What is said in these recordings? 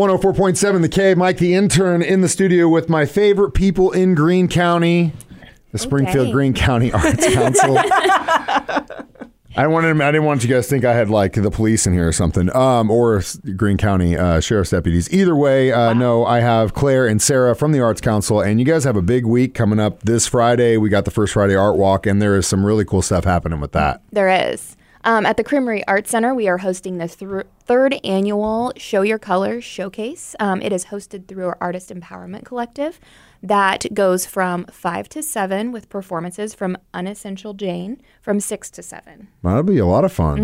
104.7 The K, Mike the intern in the studio with my favorite people in Greene County, the Springfield Okay. Greene County Arts Council. I wanted I didn't want you guys to think I had like the police in here or something, um, or s- Greene County uh, sheriff's deputies. Either way, uh, no, I have Claire and Sarah from the Arts Council, and you guys have a big week coming up this Friday. We got the first Friday art walk, and there is some really cool stuff happening with that. There is. Um, at the Creamery Art Center, we are hosting the thr third annual Show Your Colors Showcase. Um, it is hosted through our Artist Empowerment Collective that goes from 5 to 7 with performances from Unessential Jane from 6 to 7. That'll be a lot of fun,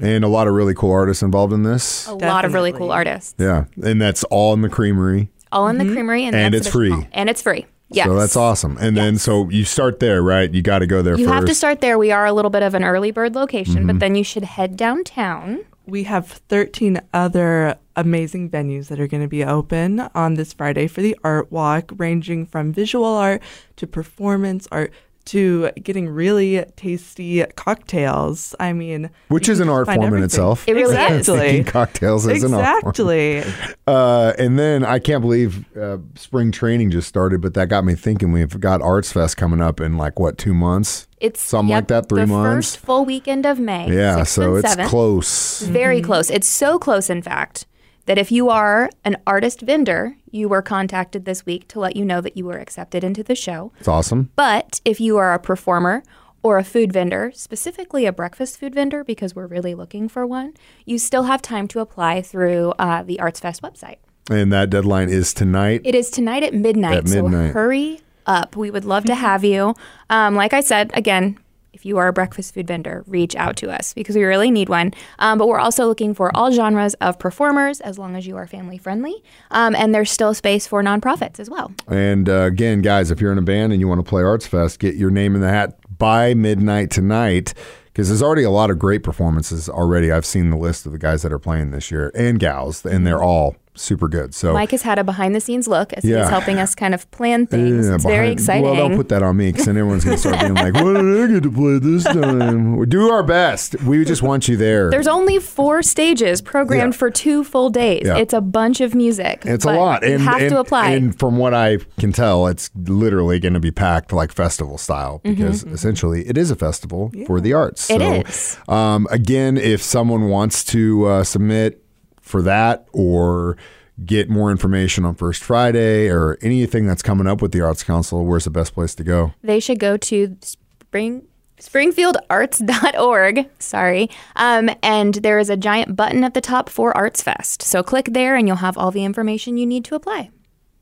and a lot of really cool artists involved in this. A lot of really Definitely. cool artists. Yeah, and that's all in the Creamery. All in the Creamery. And, And that's it's the- free. And it's free. Yes. So that's awesome. And then so you start there, right? You got to go there You first. Mm-hmm. have to start there. We are a little bit of an early bird location, but then you should head downtown. We have 13 other amazing venues that are going to be open on this Friday for the art walk, ranging from visual art to performance art to getting really tasty cocktails. I mean, which you is can an just art find form in everything. itself. It really is. Thinking exactly. cocktails is an art form. Exactly. Uh, and then I can't believe uh, spring training just started, but that got me thinking. We've got Arts Fest coming up in like what two months? It's something yep, like that. Three the months. First full weekend of May. yeah, sixth so and it's seventh. close. Very close. It's so close, in fact, that if you are an artist vendor, you were contacted this week to let you know that you were accepted into the show. It's awesome. But if you are a performer or a food vendor, specifically a breakfast food vendor, because we're really looking for one, you still have time to apply through uh, the Arts Fest website. And that deadline is tonight. It is tonight at midnight. At midnight. So hurry up. We would love to have you. Um, like I said, again, if you are a breakfast food vendor, reach out to us because we really need one. Um, but we're also looking for all genres of performers as long as you are family friendly. Um, and there's still space for nonprofits as well. And uh, again, guys, if you're in a band and you want to play Arts Fest, get your name in the hat by midnight tonight because there's already a lot of great performances already. I've seen the list of the guys that are playing this year and gals, and they're all super good. So. Mike has had a behind the scenes look as Oh. Yeah. he's helping us kind of plan things. Yeah, it's very behind- exciting. Well, don't put that on me because then everyone's going to start being like, "What did I get to play this time?" We do our best. We just want you there. there's only four stages programmed Yeah. for two full days. Yeah. It's a bunch of music. It's a but lot. You and, have and- to apply. And from what I can tell, it's literally going to be packed like festival style because essentially it is a festival for the arts. Mm-hmm. It so, is. Um, again, if someone wants to uh, submit for that or get more information on First Friday or anything that's coming up with the Arts Council, where's the best place to go? they should go to spring springfieldarts.org sorry um, and there is a giant button at the top for arts fest so click there and you'll have all the information you need to apply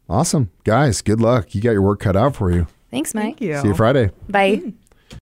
Awesome. Guys, good luck. You got your work cut out for you. thanks mike Thank you. Hmm. See you Friday. bye